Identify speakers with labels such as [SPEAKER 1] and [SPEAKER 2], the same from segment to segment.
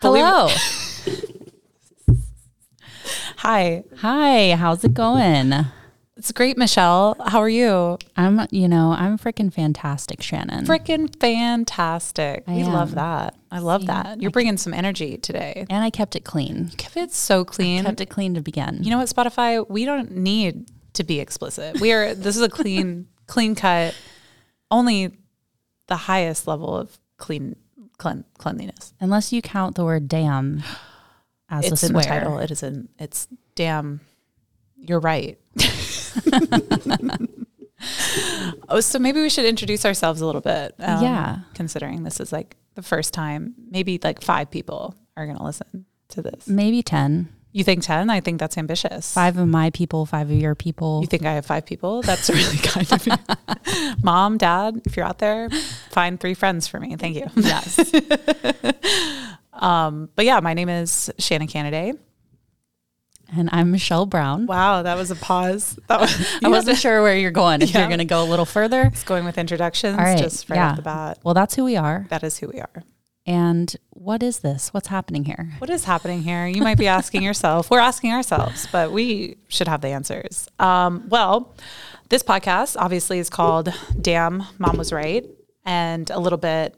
[SPEAKER 1] Fully-
[SPEAKER 2] Hello.
[SPEAKER 1] Hi.
[SPEAKER 2] Hi. How's it going?
[SPEAKER 1] It's great, Michelle. How are you?
[SPEAKER 2] I'm, you know, I'm freaking fantastic, Shannon.
[SPEAKER 1] Freaking fantastic.
[SPEAKER 2] I
[SPEAKER 1] we love
[SPEAKER 2] am.
[SPEAKER 1] that. I love that. You're bringing some energy today.
[SPEAKER 2] and I kept it clean.
[SPEAKER 1] It's so clean.
[SPEAKER 2] Kept it clean to begin.
[SPEAKER 1] You know what, Spotify? We don't need to be explicit. We are, this is a clean, clean cut, only the highest level of clean, clean cleanliness.
[SPEAKER 2] Unless you count the word damn as
[SPEAKER 1] it's
[SPEAKER 2] a
[SPEAKER 1] in
[SPEAKER 2] swear.
[SPEAKER 1] the title. It is in, it's damn, you're right. oh, so maybe we should introduce ourselves a little bit. um,
[SPEAKER 2] Yeah.
[SPEAKER 1] Considering this is like the first time, maybe like five people are going to listen to this.
[SPEAKER 2] Maybe 10.
[SPEAKER 1] You think 10? I think that's ambitious.
[SPEAKER 2] Five of my people, five of your people.
[SPEAKER 1] You think I have five people? That's really kind of you. Mom, dad, if you're out there, find three friends for me. Thank you. Yes. um, but yeah, my name is Shannon Canaday.
[SPEAKER 2] and I'm Michelle Brown.
[SPEAKER 1] Wow, that was a pause. That was,
[SPEAKER 2] I wasn't sure where you're going. If
[SPEAKER 1] Yeah.
[SPEAKER 2] you're going to go a little further.
[SPEAKER 1] going with introductions
[SPEAKER 2] All right.
[SPEAKER 1] just right
[SPEAKER 2] yeah.
[SPEAKER 1] off the bat.
[SPEAKER 2] Well, that's who we are.
[SPEAKER 1] That is who we are.
[SPEAKER 2] And what is this? What's happening here?
[SPEAKER 1] What is happening here? You might be asking yourself. We're asking ourselves, but we should have the answers. Um, well, this podcast obviously is called Damn Mom Was Right, and a little bit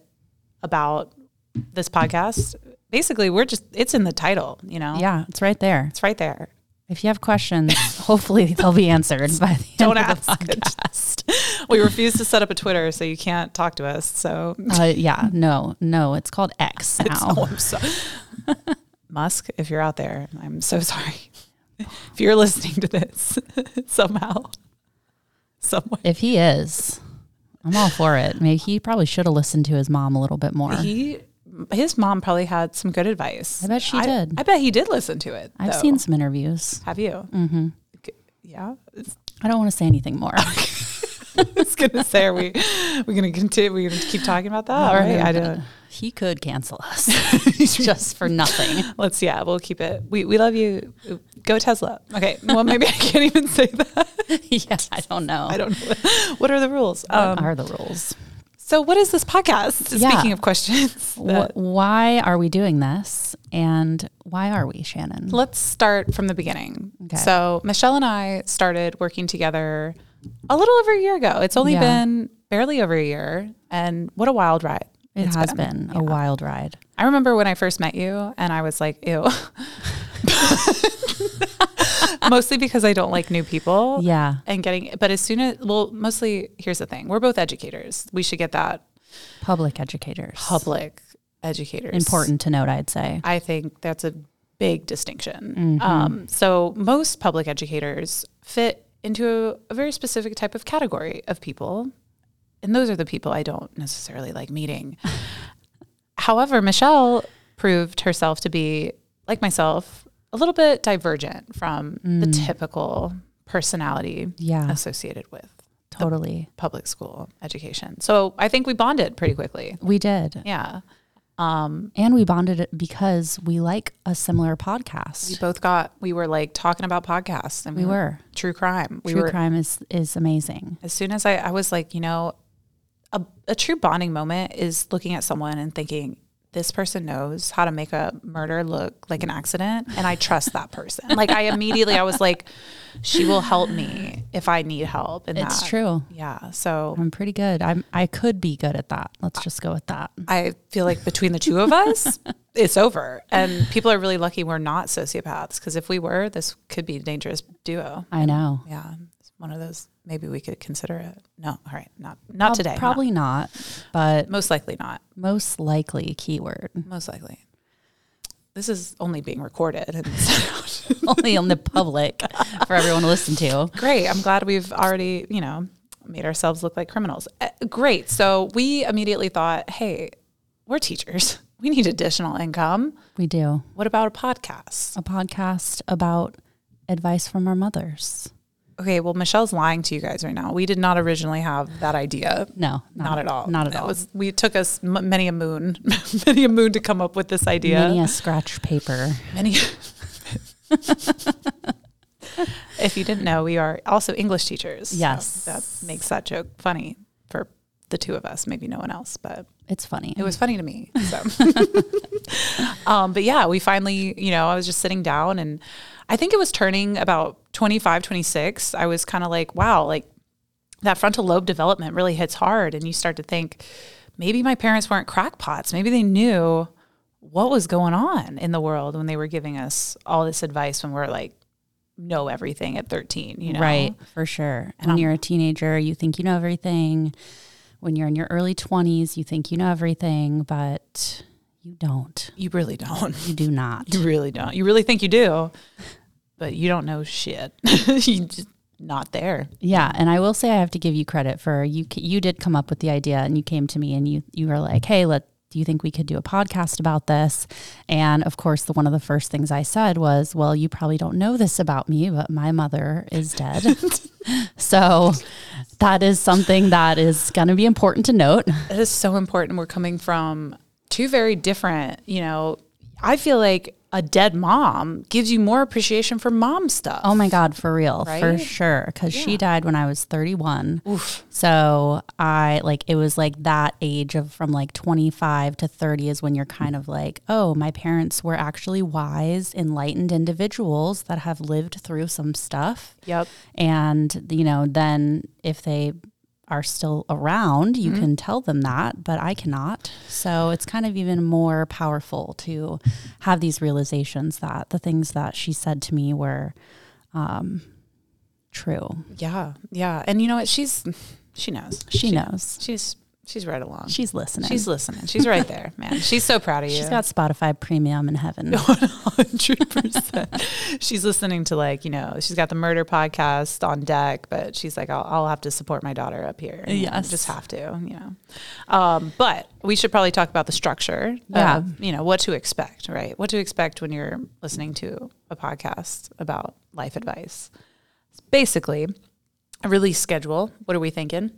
[SPEAKER 1] about this podcast. Basically, we're just, it's in the title, you know?
[SPEAKER 2] Yeah, it's right there.
[SPEAKER 1] It's right there.
[SPEAKER 2] If you have questions, hopefully they'll be answered by the
[SPEAKER 1] Don't
[SPEAKER 2] end
[SPEAKER 1] ask.
[SPEAKER 2] of the podcast.
[SPEAKER 1] We refuse to set up a Twitter, so you can't talk to us. So
[SPEAKER 2] Uh, yeah, no, no, it's called X now.
[SPEAKER 1] Oh, I'm so- Musk, if you're out there, I'm so sorry. If you're listening to this somehow, someone,
[SPEAKER 2] if he is, I'm all for it. Maybe he probably should have listened to his mom a little bit more.
[SPEAKER 1] he, his mom probably had some good advice.
[SPEAKER 2] I bet she did.
[SPEAKER 1] I bet he did listen to it.
[SPEAKER 2] I've
[SPEAKER 1] though.
[SPEAKER 2] seen some interviews.
[SPEAKER 1] Have you? Mm-hmm. Yeah, It's-
[SPEAKER 2] I don't want to say anything more.
[SPEAKER 1] I was gonna say, are we we gonna continue? We gonna keep talking about that? All right, I don't.
[SPEAKER 2] He could cancel us just for nothing.
[SPEAKER 1] Let's yeah, we'll keep it. We we love you. Go Tesla. Okay, well maybe I can't even say that.
[SPEAKER 2] yeah, I don't know.
[SPEAKER 1] I don't know. What are the rules? Um,
[SPEAKER 2] are the rules?
[SPEAKER 1] So, what is this podcast?
[SPEAKER 2] Yeah.
[SPEAKER 1] Speaking of questions, that-
[SPEAKER 2] Wh- why are we doing this? And why are we, Shannon?
[SPEAKER 1] let's start from the beginning.
[SPEAKER 2] Okay.
[SPEAKER 1] So, Michelle and I started working together a little over a year ago. It's only
[SPEAKER 2] Yeah.
[SPEAKER 1] been barely over a year, and what a wild ride!
[SPEAKER 2] It
[SPEAKER 1] it's
[SPEAKER 2] has been, a wild ride.
[SPEAKER 1] I remember when I first met you, and I was like, ew. mostly because I don't like new people.
[SPEAKER 2] Yeah.
[SPEAKER 1] And getting, but as soon as, well, mostly here's the thing we're both educators. We should get that
[SPEAKER 2] Public educators.
[SPEAKER 1] public educators.
[SPEAKER 2] Important to note, I'd say.
[SPEAKER 1] I think that's a big distinction. Um, so most public educators fit into a, a very specific type of category of people, and those are the people I don't necessarily like meeting. However, Michelle proved herself to be like myself, a little bit divergent from the typical personality
[SPEAKER 2] Yeah,
[SPEAKER 1] associated with
[SPEAKER 2] totally.
[SPEAKER 1] public school education. So I think we bonded pretty quickly.
[SPEAKER 2] We did.
[SPEAKER 1] Yeah. Um,
[SPEAKER 2] And we bonded it because we like a similar
[SPEAKER 1] We
[SPEAKER 2] podcast.
[SPEAKER 1] both got we were like talking about podcasts and
[SPEAKER 2] We were.
[SPEAKER 1] true crime. We
[SPEAKER 2] Mm-hmm. True
[SPEAKER 1] were
[SPEAKER 2] crime is is amazing.
[SPEAKER 1] as soon as I, I was like, you know, a, a true bonding moment is looking at someone and thinking, this person knows how to make a murder look like an accident and I trust that person. like I immediately I was like, she will help me if I need help. And
[SPEAKER 2] It's true.
[SPEAKER 1] Yeah. So
[SPEAKER 2] I'm pretty good. I'm I could be good at that. Let's just go with that.
[SPEAKER 1] I feel like between the two of us, it's over. And people are really lucky we're not sociopaths because if we were, this could be a dangerous duo.
[SPEAKER 2] I know.
[SPEAKER 1] Yeah, it's one of those. Maybe we could consider it. No, all right, not not
[SPEAKER 2] Prob-
[SPEAKER 1] today.
[SPEAKER 2] Probably
[SPEAKER 1] Probably
[SPEAKER 2] not, but
[SPEAKER 1] most likely not.
[SPEAKER 2] most likely keyword.
[SPEAKER 1] Most likely, this is only being recorded. And so-
[SPEAKER 2] Only on the public for everyone to listen to.
[SPEAKER 1] great. I'm glad we've already you know made ourselves look like criminals. Uh, great. So we immediately thought, hey, we're teachers. We need additional income.
[SPEAKER 2] We do.
[SPEAKER 1] What about a podcast?
[SPEAKER 2] A podcast about advice from our mothers.
[SPEAKER 1] Okay, well, Michelle's lying to you guys right now. We did not originally have that idea.
[SPEAKER 2] No,
[SPEAKER 1] Not at all.
[SPEAKER 2] Not at
[SPEAKER 1] That
[SPEAKER 2] all.
[SPEAKER 1] was- we it took us m- many a moon, many a moon to come up with this idea.
[SPEAKER 2] Many a scratch paper.
[SPEAKER 1] Many. if you didn't know, we are also English teachers. so
[SPEAKER 2] Yes.
[SPEAKER 1] that makes that joke funny for the two of us, maybe no one else, but
[SPEAKER 2] It's funny.
[SPEAKER 1] it was funny to me. So. Um, but yeah, we finally, you know, I was just sitting down and I think it was turning about 25, 26. I was kind of like, wow, like that frontal lobe development really hits hard. And you start to think, maybe my parents weren't crackpots. Maybe they knew what was going on in the world when they were giving us all this advice when we're like, know everything at 13, you know?
[SPEAKER 2] Right, for sure. When you're a teenager, you think you know everything. When you're in your early 20s, you think you know everything, but you don't.
[SPEAKER 1] You really don't.
[SPEAKER 2] You do not.
[SPEAKER 1] You really don't. You really think you do, but you don't know shit. you just not there.
[SPEAKER 2] Yeah, and I will say I have to give you credit for you. c- You did come up with the idea, and you came to me, and you you were like, "Hey, let do you think we could do a podcast about this?" And of course, the one of the first things I said was, "Well, you probably don't know this about me, but my mother is dead, so that is something that is going to be important to note."
[SPEAKER 1] It is so important. We're coming from two very different, you know, I feel like a dead mom gives you more appreciation for mom stuff.
[SPEAKER 2] Oh my God, for real, for
[SPEAKER 1] Right?
[SPEAKER 2] sure. Because she died when I was 31.
[SPEAKER 1] Oof.
[SPEAKER 2] So I like it was like that age of from like 25 to 30 is when you're kind of like, oh, my parents were actually wise, enlightened individuals that have lived through some stuff.
[SPEAKER 1] Yep.
[SPEAKER 2] And, you know, then if they are still around, you can tell them that, but I cannot. So it's kind of even more powerful to have these realizations that the things that she said to me were um, true.
[SPEAKER 1] Yeah. Yeah. And you know what? She's, she knows.
[SPEAKER 2] She, knows.
[SPEAKER 1] She's, she's right along.
[SPEAKER 2] She's listening.
[SPEAKER 1] She's listening. She's right there, man. She's so proud of you.
[SPEAKER 2] She's got Spotify Premium in heaven.
[SPEAKER 1] hundred percent. She's listening to like you know she's got the murder podcast on deck, but she's like I'll, I'll have to support my daughter up here. You know,
[SPEAKER 2] Yes.
[SPEAKER 1] just have to, you know. Um, but we should probably talk about the structure.
[SPEAKER 2] Yeah.
[SPEAKER 1] of, you know what to expect, right? What to expect when you're listening to a podcast about life advice. It's basically a release schedule. What are we thinking?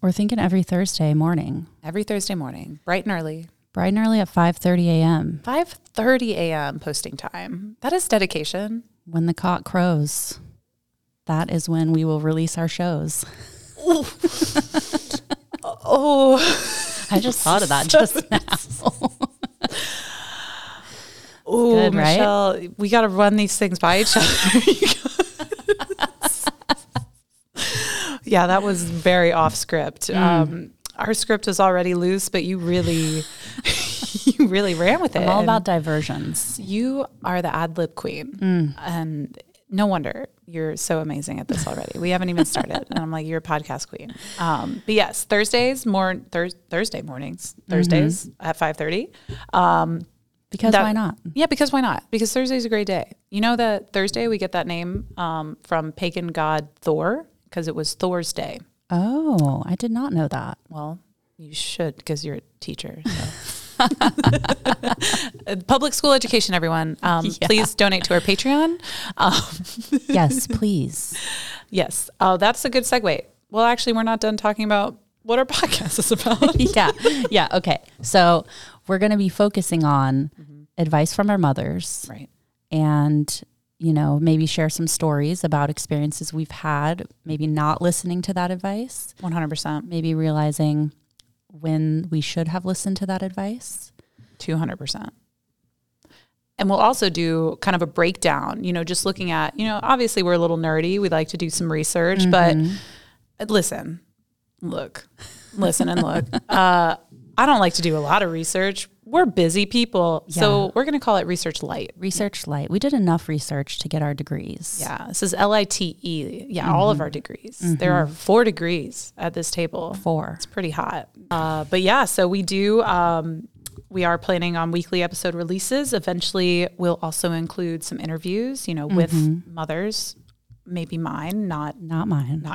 [SPEAKER 2] We're thinking every Thursday morning,
[SPEAKER 1] Every Thursday morning, bright and early,
[SPEAKER 2] bright and early at 5:30 a.m.
[SPEAKER 1] five thirty a.m. posting time. That is dedication.
[SPEAKER 2] when the cock crows. That is when we will release our shows.
[SPEAKER 1] Oh.
[SPEAKER 2] I just thought of that just now.
[SPEAKER 1] Oh,
[SPEAKER 2] good, right?
[SPEAKER 1] Michelle, we got to run these things by each other. yeah, that was very off script.
[SPEAKER 2] Mm.
[SPEAKER 1] Um, our script was already loose, but you really, you really ran with it.
[SPEAKER 2] I'm all
[SPEAKER 1] And
[SPEAKER 2] about diversions.
[SPEAKER 1] you are the ad lib queen, and no wonder you're so amazing at this already. We haven't even started, and I'm like, you're a podcast queen. Um, but yes, Thursdays, more thur- Thursday mornings, Thursdays at five thirty. Um,
[SPEAKER 2] Because
[SPEAKER 1] that-
[SPEAKER 2] why not?
[SPEAKER 1] Yeah, because why not? Because Thursday's a great day. You know that Thursday we get that name um, from pagan god Thor because it was Thor's day.
[SPEAKER 2] Oh, I did not know that.
[SPEAKER 1] Well, you should because you're a teacher. so. Public school education, everyone. Um, Please donate to our Patreon. Um,
[SPEAKER 2] Yes, please.
[SPEAKER 1] yes, oh, that's a good segue. Well, actually, we're not done talking about what our podcast is about.
[SPEAKER 2] yeah. Yeah. Okay. So we're going to be focusing on advice from our mothers
[SPEAKER 1] right.
[SPEAKER 2] and, you know, maybe share some stories about experiences we've had, maybe not listening to that advice.
[SPEAKER 1] 100%,
[SPEAKER 2] maybe realizing when we should have listened to that advice.
[SPEAKER 1] 200%. And we'll also do kind of a breakdown, you know, just looking at, you know, obviously we're a little nerdy. We like to do some research, but uh, listen, look, listen and look. Uh, I don't like to do a lot of research. We're busy people. So we're going to call it research light.
[SPEAKER 2] Research light. We did enough research to get our degrees.
[SPEAKER 1] Yeah. This is L I T E. Yeah. All of our degrees. There are four degrees at this table.
[SPEAKER 2] Four.
[SPEAKER 1] It's pretty hot. Uh, but yeah, so we do. Um, we are planning on weekly episode releases. Eventually, we'll also include some interviews. You know, with mothers, maybe mine, not
[SPEAKER 2] Not mine. Not,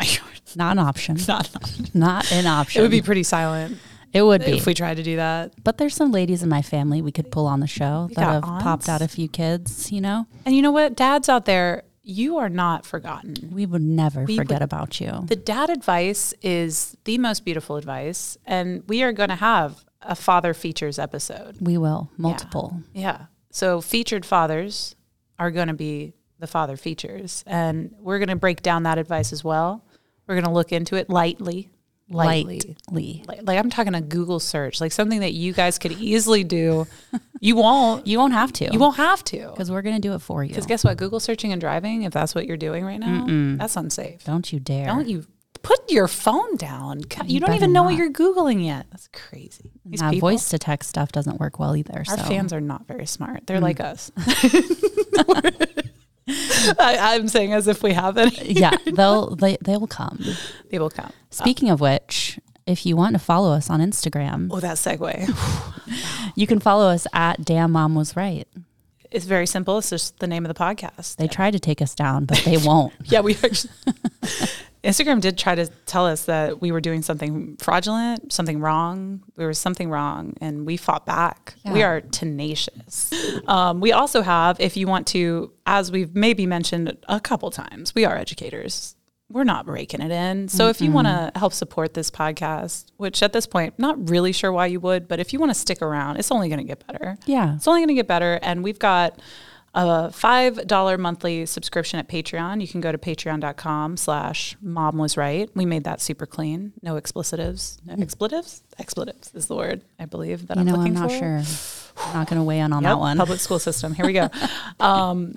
[SPEAKER 1] not yours.
[SPEAKER 2] an option.
[SPEAKER 1] Not,
[SPEAKER 2] Not an option.
[SPEAKER 1] it would be pretty silent
[SPEAKER 2] It would be.
[SPEAKER 1] if we tried to do that.
[SPEAKER 2] but there's some ladies in my family we could pull on the show that
[SPEAKER 1] got
[SPEAKER 2] have
[SPEAKER 1] aunts.
[SPEAKER 2] popped out a few kids, you know?
[SPEAKER 1] And you know what, dads out there, you are not forgotten.
[SPEAKER 2] We would never forget
[SPEAKER 1] would-
[SPEAKER 2] about you.
[SPEAKER 1] The dad advice is the most beautiful advice, and we are going to have a father features episode.
[SPEAKER 2] We will. Multiple.
[SPEAKER 1] Yeah. So featured fathers are going to be the father features, and we're going to break down that advice as well. We're going to look into it lightly,
[SPEAKER 2] lightly. lightly.
[SPEAKER 1] Like, like I'm talking a Google search, like something that you guys could easily do. you won't.
[SPEAKER 2] You won't have to.
[SPEAKER 1] You won't have to.
[SPEAKER 2] Because we're going to do it for you.
[SPEAKER 1] Because guess what? Google searching and driving, if that's what you're doing right now, that's unsafe.
[SPEAKER 2] Don't you dare.
[SPEAKER 1] Don't you put your phone down. God, You,
[SPEAKER 2] You
[SPEAKER 1] don't
[SPEAKER 2] better
[SPEAKER 1] even know what
[SPEAKER 2] not.
[SPEAKER 1] you're Googling yet. That's crazy. These
[SPEAKER 2] Nah,
[SPEAKER 1] people,
[SPEAKER 2] voice to text stuff doesn't work well either. so
[SPEAKER 1] our fans are not very smart. They're like us. I, I'm saying as if we have any.
[SPEAKER 2] yeah, they'll they, they will come.
[SPEAKER 1] Uh, They will come.
[SPEAKER 2] Speaking of which, if you want to follow us on Instagram,
[SPEAKER 1] Oh, that segue.
[SPEAKER 2] you can follow us at Damn Mom Was Right.
[SPEAKER 1] It's very simple. It's just the name of the podcast.
[SPEAKER 2] They try to take us down, but they won't.
[SPEAKER 1] Yeah, we actually. Instagram did try to tell us that we were doing something fraudulent, something wrong. There was something wrong, and we fought back. We
[SPEAKER 2] Yeah.
[SPEAKER 1] are tenacious. Um, we also have, if you want to, as we've maybe mentioned a couple times, we are educators. We're not raking it in. So if you want to help support this podcast, which at this point, not really sure why you would, but if you want to stick around, it's only going to get better.
[SPEAKER 2] Yeah.
[SPEAKER 1] It's only going to get better. And we've got a $5 monthly subscription at Patreon. You can go to patreon.com slash mom was right. We made that super clean. No expletives. No expletives? Expletives is the word, I believe, that
[SPEAKER 2] You
[SPEAKER 1] I'm
[SPEAKER 2] know,
[SPEAKER 1] looking
[SPEAKER 2] I'm not
[SPEAKER 1] for.
[SPEAKER 2] sure. I'm not going to weigh in on
[SPEAKER 1] Yep,
[SPEAKER 2] that one.
[SPEAKER 1] Public school system. Here we go. um,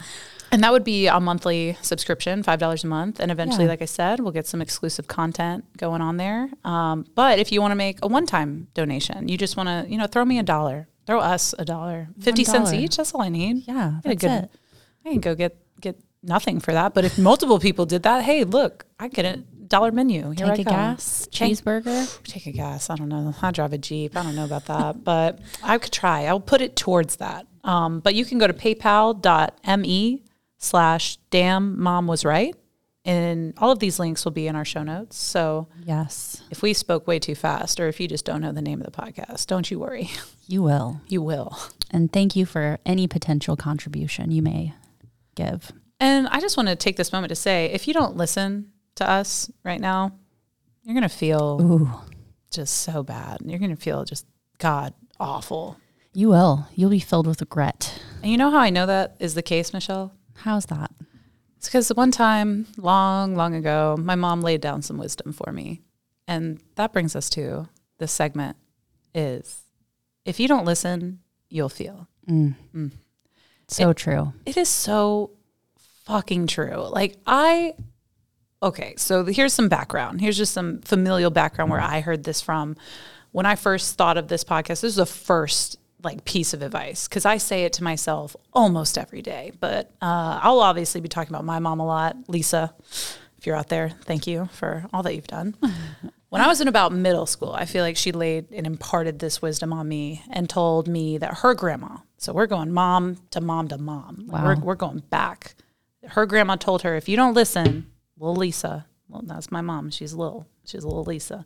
[SPEAKER 1] and that would be a monthly subscription, five dollars a month, and eventually,
[SPEAKER 2] Yeah.
[SPEAKER 1] like I said, we'll get some exclusive content going on there. Um, but if you want to make a one-time donation, you just want to, you know, throw me a dollar, throw us a dollar, fifty cents
[SPEAKER 2] dollar.
[SPEAKER 1] each. That's all I need.
[SPEAKER 2] Yeah,
[SPEAKER 1] Get a
[SPEAKER 2] that's
[SPEAKER 1] good-
[SPEAKER 2] it.
[SPEAKER 1] I can go get get nothing for that. But if multiple people did that, hey, look, I get a dollar menu. Here I
[SPEAKER 2] Take a
[SPEAKER 1] go.
[SPEAKER 2] gas,
[SPEAKER 1] Tank-
[SPEAKER 2] cheeseburger.
[SPEAKER 1] Take a guess. I don't know. I drive a Jeep. I don't know about that, but I could try. I'll put it towards that. Um, but you can go to paypal.me slash damn mom was right. And all of these links will be in our show notes. So
[SPEAKER 2] Yes,
[SPEAKER 1] if we spoke way too fast or if you just don't know the name of the podcast, don't you worry.
[SPEAKER 2] you will.
[SPEAKER 1] You will.
[SPEAKER 2] And thank you for any potential contribution you may give.
[SPEAKER 1] And I just want to take this moment to say if you don't listen to us right now, you're going to feel
[SPEAKER 2] Ooh,
[SPEAKER 1] just so bad. You're going to feel just God awful.
[SPEAKER 2] you will. You'll be filled with regret.
[SPEAKER 1] And you know how I know that is the case, Michelle?
[SPEAKER 2] How's that?
[SPEAKER 1] It's because one time, long, long ago, my mom laid down some wisdom for me. And that brings us to this segment is if you don't listen, you'll feel.
[SPEAKER 2] So true.
[SPEAKER 1] It is so fucking true. Like I okay, so here's some background. Here's just some familial background where I heard this from. When I first thought of this podcast, this is the first like piece of advice because I say it to myself almost every day. But uh, I'll obviously be talking about my mom a lot, Lisa. If you're out there, thank you for all that you've done. When I was in about middle school, I feel like she laid and imparted this wisdom on me and told me that her grandma, so we're going mom to mom to mom, Like, we're, we're going back. Her grandma told her, if you don't listen, little Lisa, well, that's my mom. She's little. She's little Lisa.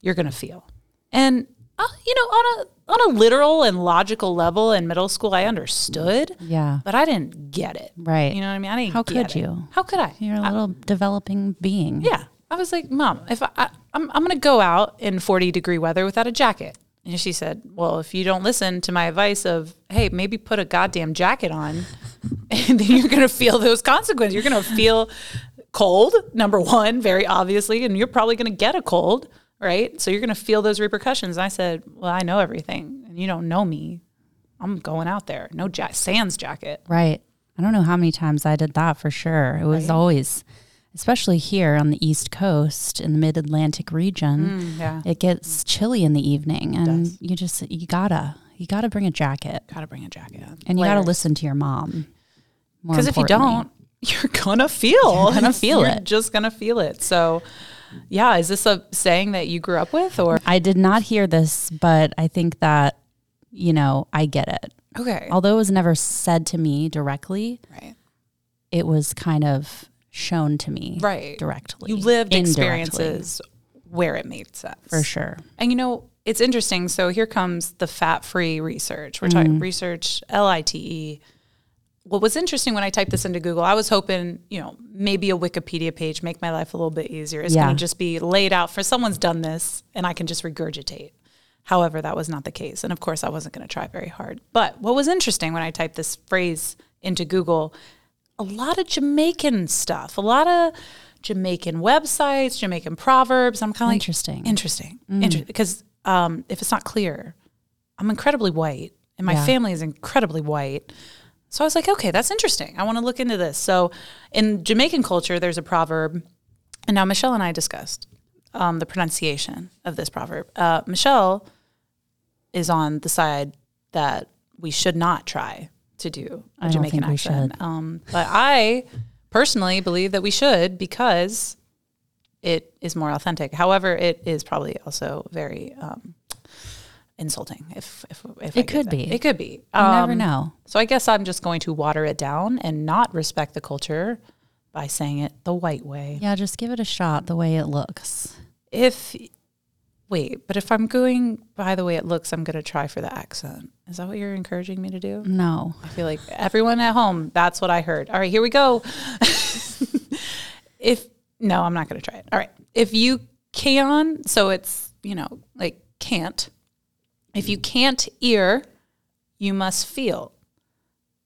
[SPEAKER 1] You're going to feel. And, uh, you know, on a, on a literal and logical level in middle school, I understood,
[SPEAKER 2] Yeah.
[SPEAKER 1] but I didn't get it.
[SPEAKER 2] Right.
[SPEAKER 1] You know what I mean? I didn't
[SPEAKER 2] How
[SPEAKER 1] get
[SPEAKER 2] could
[SPEAKER 1] it.
[SPEAKER 2] you?
[SPEAKER 1] How could I?
[SPEAKER 2] You're a little developing being.
[SPEAKER 1] Yeah. I was like, Mom, if I, I I'm, I'm going to go out in 40 degree weather without a jacket. And she said, Well, if you don't listen to my advice of, hey, maybe put a goddamn jacket on, and then you're going to feel those consequences. You're going to feel cold, number one, very obviously, and you're probably going to get a cold, right? So you're going to feel those repercussions. And I said, Well, I know everything, and you don't know me. I'm going out there. No ja- sans jacket.
[SPEAKER 2] Right. I don't know how many times I did that for sure. It was always, especially here on the East Coast in the Mid Atlantic region,
[SPEAKER 1] Yeah.
[SPEAKER 2] it gets chilly in the evening, and you just you gotta you gotta bring a jacket,
[SPEAKER 1] Got to bring a jacket.
[SPEAKER 2] and you gotta
[SPEAKER 1] Layers.
[SPEAKER 2] listen to your mom. more
[SPEAKER 1] Because if you
[SPEAKER 2] importantly.
[SPEAKER 1] don't, you're gonna feel. You're
[SPEAKER 2] gonna feel it.
[SPEAKER 1] Just gonna feel it. So, yeah, is this a saying that you grew up with, or
[SPEAKER 2] I did not hear this, but I think that you know I get it.
[SPEAKER 1] okay,
[SPEAKER 2] Although it was never said to me directly,
[SPEAKER 1] right,
[SPEAKER 2] it was kind of shown to me
[SPEAKER 1] right?
[SPEAKER 2] directly.
[SPEAKER 1] You lived
[SPEAKER 2] indirectly,
[SPEAKER 1] experiences where it made sense
[SPEAKER 2] for sure.
[SPEAKER 1] And you know, it's interesting. So here comes the fat-free research. We're talking research L I T E. What was interesting when I typed this into Google, I was hoping, you know, maybe a Wikipedia page make my life a little bit easier. It's
[SPEAKER 2] Yeah.
[SPEAKER 1] going to just be laid out for someone's done this, and I can just regurgitate. However, that was not the case, and of course, I wasn't going to try very hard. But what was interesting when I typed this phrase into Google, a lot of Jamaican stuff, a lot of Jamaican websites, Jamaican proverbs. I'm kind of like,
[SPEAKER 2] Interesting. Mm.
[SPEAKER 1] interesting, interesting, because um, if it's not clear, I'm incredibly white, and my
[SPEAKER 2] Yeah.
[SPEAKER 1] family is incredibly white. So I was like, okay, that's interesting. I want to look into this. So in Jamaican culture, there's a proverb, and now Michelle and I discussed um, the pronunciation of this proverb. Uh, Michelle is on the side that we should not try to do
[SPEAKER 2] I
[SPEAKER 1] a
[SPEAKER 2] don't
[SPEAKER 1] Jamaican
[SPEAKER 2] think we
[SPEAKER 1] accent. Um, but I personally believe that we should because it is more authentic. However, it is probably also very um, insulting. If if, if I
[SPEAKER 2] It
[SPEAKER 1] did
[SPEAKER 2] could
[SPEAKER 1] that.
[SPEAKER 2] be.
[SPEAKER 1] it could be.
[SPEAKER 2] You never
[SPEAKER 1] Um,
[SPEAKER 2] know.
[SPEAKER 1] So I guess I'm just going to water it down and not respect the culture by saying it the white way.
[SPEAKER 2] Yeah, just give it a shot the way it looks.
[SPEAKER 1] If wait, but if I'm going by the way it looks, I'm going to try for the accent. Is that what you're encouraging me to do?
[SPEAKER 2] No.
[SPEAKER 1] I feel like everyone at home, that's what I heard. All right, here we go. if no, I'm not going to try it. All right. If you can, so it's, you know, like can't. If you can't hear, you must feel.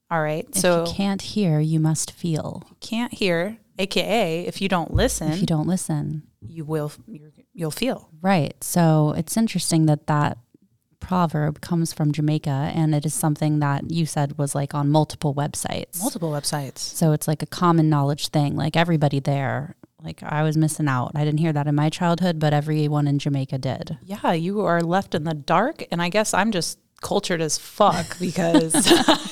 [SPEAKER 1] All right.
[SPEAKER 2] If
[SPEAKER 1] so
[SPEAKER 2] you can't hear, you must feel.
[SPEAKER 1] can't hear, aka if you don't listen,
[SPEAKER 2] If
[SPEAKER 1] you,
[SPEAKER 2] you don't listen.
[SPEAKER 1] will you're, you'll feel.
[SPEAKER 2] Right. So it's interesting that that proverb comes from Jamaica and it is something that you said was like on multiple websites.
[SPEAKER 1] Multiple websites.
[SPEAKER 2] So it's like a common knowledge thing. Like everybody there, like I was missing out. I didn't hear that in my childhood, but everyone in Jamaica did.
[SPEAKER 1] Yeah, you are left in the dark and I guess I'm just cultured as fuck because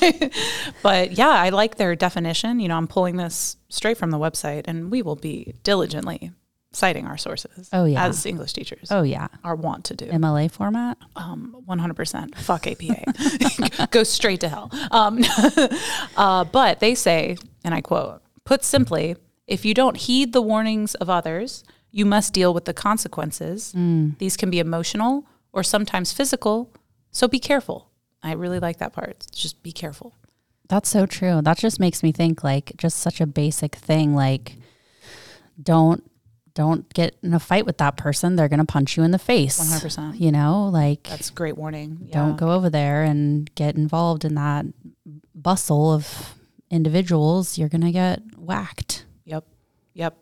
[SPEAKER 1] but yeah, I like their definition. You know, I'm pulling this straight from the website and we will be diligently citing our sources
[SPEAKER 2] Oh, yeah.
[SPEAKER 1] as English teachers
[SPEAKER 2] Oh, yeah.
[SPEAKER 1] are want to do.
[SPEAKER 2] MLA format?
[SPEAKER 1] um, 100% fuck APA. Go straight to hell. Um, uh, but they say, and I quote, put simply, if you don't heed the warnings of others, you must deal with the consequences. These can be emotional or sometimes physical. So be careful. I really like that part. Just be careful.
[SPEAKER 2] That's so true. That just makes me think like just such a basic thing like don't don't get in a fight with that person. They're going to punch you in the face.
[SPEAKER 1] 100%.
[SPEAKER 2] You know, like
[SPEAKER 1] That's a great warning. Yeah.
[SPEAKER 2] don't go over there and get involved in that bustle of individuals. You're going to get whacked.
[SPEAKER 1] Yep. Yep.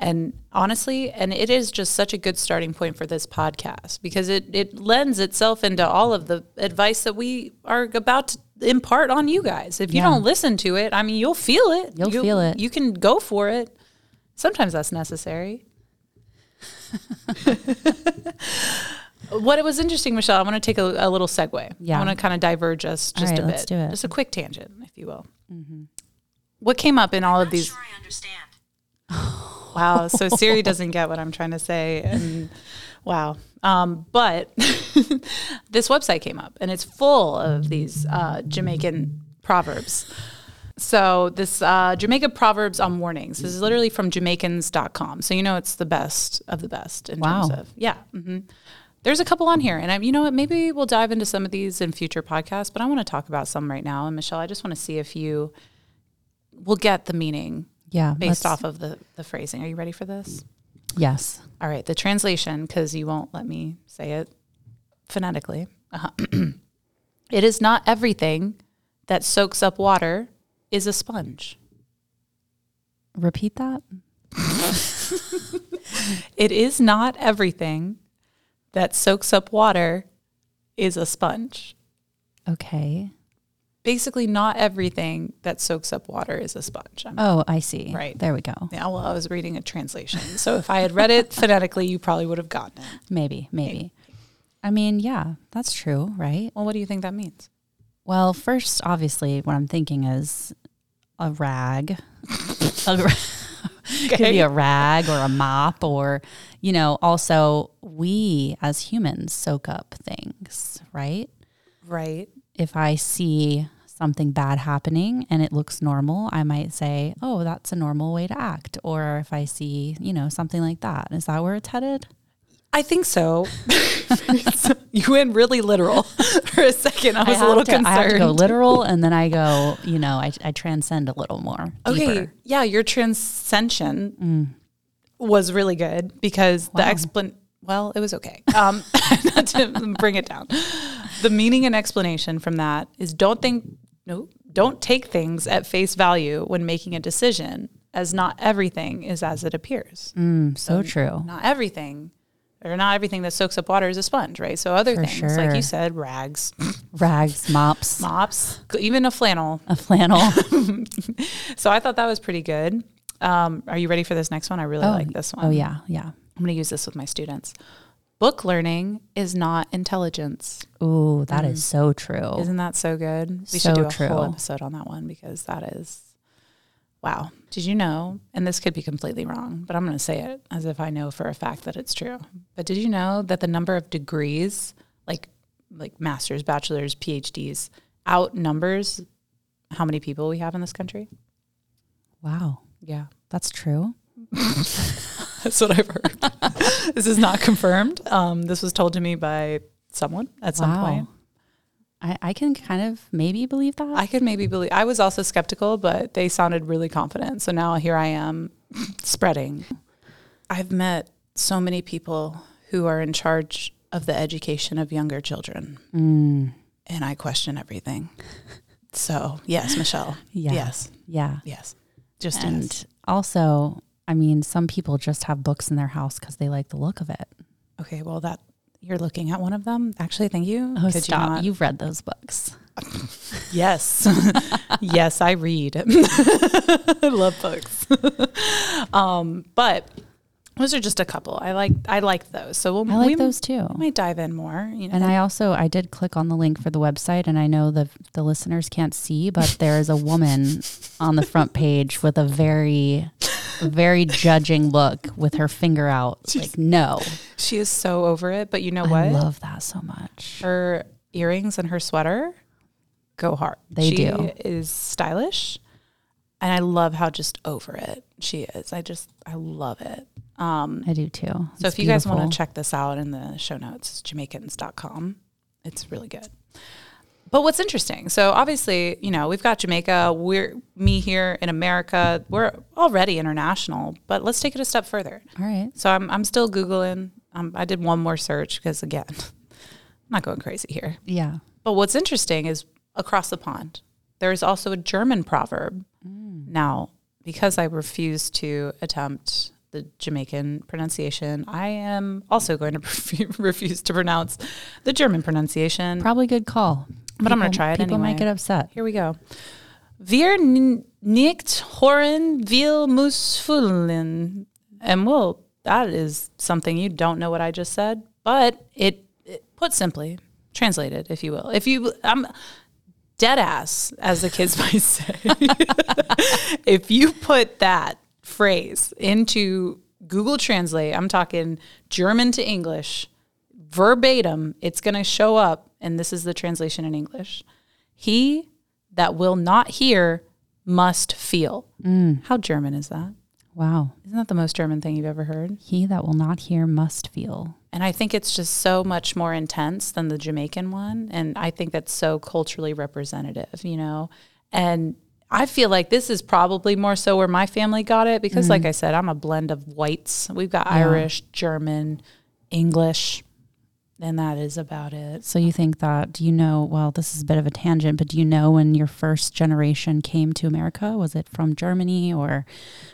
[SPEAKER 1] And honestly, and it is just such a good starting point for this podcast because it, it lends itself into all of the advice that we are about to impart on you guys. If you
[SPEAKER 2] Yeah.
[SPEAKER 1] don't listen to it, I mean, you'll feel it.
[SPEAKER 2] You'll
[SPEAKER 1] You-
[SPEAKER 2] feel it.
[SPEAKER 1] You can go for it. Sometimes that's necessary. what it was interesting, Michelle, I want to take a, a little segue.
[SPEAKER 2] Yeah.
[SPEAKER 1] I want to kind of diverge us
[SPEAKER 2] All
[SPEAKER 1] just
[SPEAKER 2] right,
[SPEAKER 1] a bit.
[SPEAKER 2] let's do it. Mm-hmm.
[SPEAKER 1] Just a quick tangent, if you will. What came up in all of
[SPEAKER 3] Not
[SPEAKER 1] these
[SPEAKER 3] sure I understand.
[SPEAKER 1] Wow. So Siri doesn't get what I'm trying to say. And wow. Um, but this website came up and it's full of these uh, Jamaican proverbs. So this uh, Jamaica Proverbs on Warnings. This is literally from Jamaicans.com. So you know it's the best of the best in
[SPEAKER 2] Wow.
[SPEAKER 1] terms of yeah. hmm There's a couple on here, and I, you know what? Maybe we'll dive into some of these in future podcasts. But I want to talk about some right now. And Michelle, I just want to see if you will get the meaning
[SPEAKER 2] Yeah.
[SPEAKER 1] based
[SPEAKER 2] let's-
[SPEAKER 1] off of the, the phrasing. Are you ready for this?
[SPEAKER 2] Yes.
[SPEAKER 1] All right, the translation, because you won't let me say it phonetically. Uh-huh. it is not everything that soaks up water is a sponge.
[SPEAKER 2] Repeat that.
[SPEAKER 1] It is not everything that soaks up water is a sponge.
[SPEAKER 2] Okay.
[SPEAKER 1] Basically, not everything that soaks up water is a sponge. I'm-
[SPEAKER 2] Oh, I see.
[SPEAKER 1] Right.
[SPEAKER 2] There we go.
[SPEAKER 1] yeah, well, I was reading a translation. So if I had read it phonetically, you probably would have gotten it.
[SPEAKER 2] Maybe, maybe. I mean, yeah, that's true, right?
[SPEAKER 1] Well, what do you think that means?
[SPEAKER 2] Well, first, obviously, what I'm thinking is a rag. a ra- Could be a rag or a mop, or, you know, also we as humans soak up things, right?
[SPEAKER 1] Right.
[SPEAKER 2] If I see something bad happening and it looks normal, I might say, oh, that's a normal way to act. Or if I see, you know, something like that, is that where it's headed?
[SPEAKER 1] I think so. you went really literal for a second. I was a
[SPEAKER 2] have
[SPEAKER 1] little
[SPEAKER 2] to-
[SPEAKER 1] concerned.
[SPEAKER 2] I have to go literal, and then I go, you know, I, I transcend a little more.
[SPEAKER 1] okay,
[SPEAKER 2] deeper. Mm.
[SPEAKER 1] yeah, your transcension was really good because the explan well, it was okay. Um, not to bring it down. The meaning and explanation from that is don't think no, don't take things at face value when making a decision, as not everything is as it appears.
[SPEAKER 2] Mm, so true.
[SPEAKER 1] Not everything, or not everything that soaks up water is a sponge, right? So other
[SPEAKER 2] For
[SPEAKER 1] things, like
[SPEAKER 2] sure.
[SPEAKER 1] you said, rags,
[SPEAKER 2] Rags, mops,
[SPEAKER 1] mops, even a flannel.
[SPEAKER 2] a flannel.
[SPEAKER 1] So I thought that was pretty good. Um, are you ready for this next one? I really like this one.
[SPEAKER 2] oh yeah, yeah.
[SPEAKER 1] I'm going to use this with my students. Book learning is not intelligence.
[SPEAKER 2] Ooh, that
[SPEAKER 1] Mm.
[SPEAKER 2] is so true.
[SPEAKER 1] Isn't that so good? We
[SPEAKER 2] Oh. So
[SPEAKER 1] should do a
[SPEAKER 2] true.
[SPEAKER 1] whole episode on that one because that is wow. Did you know? And this could be completely wrong, but I'm going to say it as if I know for a fact that it's true. But did you know that the number of degrees, like like masters, bachelors, PhDs, outnumbers how many people we have in this country?
[SPEAKER 2] Wow,
[SPEAKER 1] Yeah.
[SPEAKER 2] that's true.
[SPEAKER 1] That's what I've heard. this is not confirmed. Um, this was told to me by someone at some
[SPEAKER 2] wow.
[SPEAKER 1] point.
[SPEAKER 2] I, I can kind of maybe believe that.
[SPEAKER 1] I could maybe believe. I was also skeptical, but they sounded really confident. So now here I am spreading. I've met so many people who are in charge of the education of younger children,
[SPEAKER 2] Mm,
[SPEAKER 1] and I question everything. So, yes, Michelle.
[SPEAKER 2] yeah,
[SPEAKER 1] Yes.
[SPEAKER 2] yeah.
[SPEAKER 1] Yes. Just
[SPEAKER 2] and
[SPEAKER 1] yes.
[SPEAKER 2] also, I mean, some people just have books in their house because they like the look of it.
[SPEAKER 1] Okay, well that you're looking at one of them. Actually, thank you.
[SPEAKER 2] Oh,
[SPEAKER 1] Could
[SPEAKER 2] stop!
[SPEAKER 1] you not?
[SPEAKER 2] You've read those books.
[SPEAKER 1] Yes. yes, I read. I love books. um, but those are just a couple. I like I like those. So we'll
[SPEAKER 2] I like
[SPEAKER 1] we
[SPEAKER 2] those too.
[SPEAKER 1] might dive in more, you know.
[SPEAKER 2] And I also I did click on the link for the website, and I know the the listeners can't see, but there is a woman on the front page with a very, very judging look with her finger out, like no.
[SPEAKER 1] she is so over it, but you know
[SPEAKER 2] I
[SPEAKER 1] what?
[SPEAKER 2] love that so much.
[SPEAKER 1] her earrings and her sweater go hard.
[SPEAKER 2] They
[SPEAKER 1] she
[SPEAKER 2] do.
[SPEAKER 1] is stylish. And I love how just over it she is. I just I love it. Um
[SPEAKER 2] I do too.
[SPEAKER 1] So
[SPEAKER 2] It's
[SPEAKER 1] if you guys want
[SPEAKER 2] beautiful.
[SPEAKER 1] to check this out in the show notes, jamaicans.com, it's really good. But what's interesting? So obviously, you know, we've got Jamaica, we're me here in America, we're already international, but let's take it a step further.
[SPEAKER 2] all right,
[SPEAKER 1] So I'm, I'm still Googling. Um, I did one more search because, again, I'm not going crazy here.
[SPEAKER 2] yeah,
[SPEAKER 1] But what's interesting is across the pond, there is also a German proverb. Now, because I refuse to attempt the Jamaican pronunciation, I am also going to refu- refuse to pronounce the German pronunciation.
[SPEAKER 2] probably good call.
[SPEAKER 1] But I'm gonna
[SPEAKER 2] People-
[SPEAKER 1] try it
[SPEAKER 2] People might
[SPEAKER 1] anyway.
[SPEAKER 2] get upset.
[SPEAKER 1] Here we go. Wir n- nicht hören will muss fühlen. And well, that is something you don't know what I just said, but it, it put simply, translated, if you will. If you, I'm dead ass, as the kids might say. if you put that phrase into Google Translate, I'm talking German to English, verbatim, it's going to show up. And this is the translation in English He that will not hear must feel. How German is that?
[SPEAKER 2] Wow,
[SPEAKER 1] Isn't that the most German thing you've ever heard?
[SPEAKER 2] he that will not hear must feel.
[SPEAKER 1] And I think it's just so much more intense than the Jamaican one. And I think that's so culturally representative, you know? And I feel like this is probably more so where my family got it because, like I said, I'm a blend of whites. We've got Irish, German, English, and that is about it.
[SPEAKER 2] So you think that? Do you know? Well, this is a bit of a tangent, but do you know when your first generation came to America? Was it from Germany, or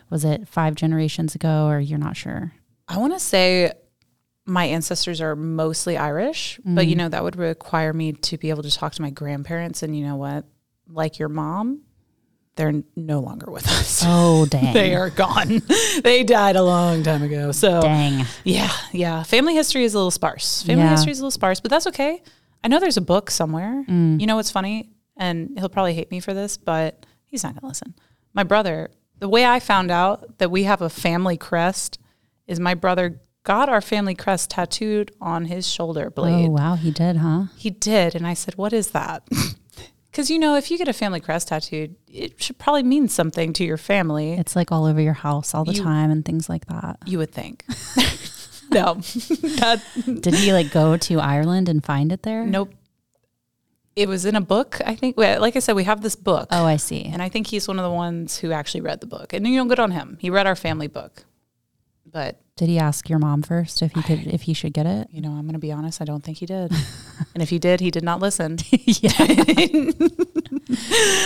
[SPEAKER 2] was it five generations ago, or you're not sure?
[SPEAKER 1] I want to say my ancestors are mostly Irish, but you know, that would require me to be able to talk to my grandparents. And you know what? Like your mom, they're no longer with us.
[SPEAKER 2] Oh dang!
[SPEAKER 1] they are gone. they died a long time ago. So
[SPEAKER 2] Dang.
[SPEAKER 1] yeah, yeah. Family history is a little sparse. Family
[SPEAKER 2] Yeah.
[SPEAKER 1] history is a little sparse, but that's okay. I know there's a book somewhere.
[SPEAKER 2] Mm.
[SPEAKER 1] You know what's funny? And he'll probably hate me for this, but he's not gonna listen. My brother, the way I found out that we have a family crest is my brother got our family crest tattooed on his shoulder blade.
[SPEAKER 2] Oh wow, he did, huh?
[SPEAKER 1] He did. And I said, What is that? Because, you know, if you get a family crest tattooed, it should probably mean something to your family.
[SPEAKER 2] It's like all over your house all the
[SPEAKER 1] You-
[SPEAKER 2] time and things like that.
[SPEAKER 1] You would think. no, that,
[SPEAKER 2] Did he like go to Ireland and find it there?
[SPEAKER 1] nope. It was in a book, I think. Well, Like I said, we have this book.
[SPEAKER 2] Oh, I see.
[SPEAKER 1] And I think he's one of the ones who actually read the book. And, you know, good on him. He read our family book. But,
[SPEAKER 2] Did he ask your mom first if he could if he should get it?
[SPEAKER 1] you know, I'm going to be honest, I don't think he did. and if he did, he did not listen.
[SPEAKER 2] yeah.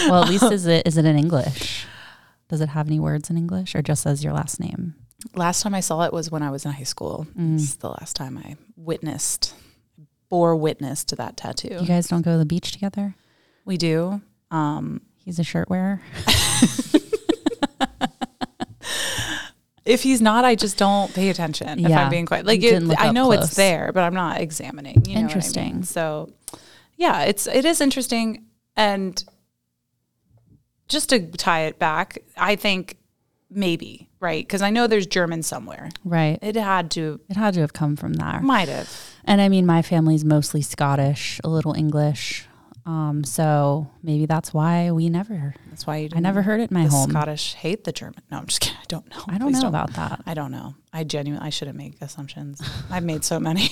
[SPEAKER 2] well, at least is it is it in English? Does it have any words in English or just says your last name?
[SPEAKER 1] Last time I saw it was when I was in high school.
[SPEAKER 2] Mm.
[SPEAKER 1] It's the last time I witnessed, bore witness to that tattoo.
[SPEAKER 2] You guys don't go to the beach together?
[SPEAKER 1] We do. Um,
[SPEAKER 2] He's a shirt wearer.
[SPEAKER 1] if he's not, I just don't pay attention. If
[SPEAKER 2] Yeah.
[SPEAKER 1] I'm being quite like,
[SPEAKER 2] You
[SPEAKER 1] it,
[SPEAKER 2] didn't look
[SPEAKER 1] I
[SPEAKER 2] up
[SPEAKER 1] know
[SPEAKER 2] close.
[SPEAKER 1] it's there, but I'm not examining. You know what I mean?
[SPEAKER 2] Interesting.
[SPEAKER 1] So, yeah, it's it is interesting, and just to tie it back, I think maybe right because I know there's German somewhere.
[SPEAKER 2] Right.
[SPEAKER 1] It had to
[SPEAKER 2] It had to have come from there.
[SPEAKER 1] might have.
[SPEAKER 2] And I mean, my family's mostly Scottish, a little English. Um, so maybe that's why we never,
[SPEAKER 1] That's why you
[SPEAKER 2] I never heard it in my
[SPEAKER 1] the
[SPEAKER 2] home.
[SPEAKER 1] Scottish hate the German. No, I'm just kidding. I don't know.
[SPEAKER 2] I don't
[SPEAKER 1] Please
[SPEAKER 2] know about that.
[SPEAKER 1] I don't know. I genuinely, I shouldn't make assumptions. I've made so many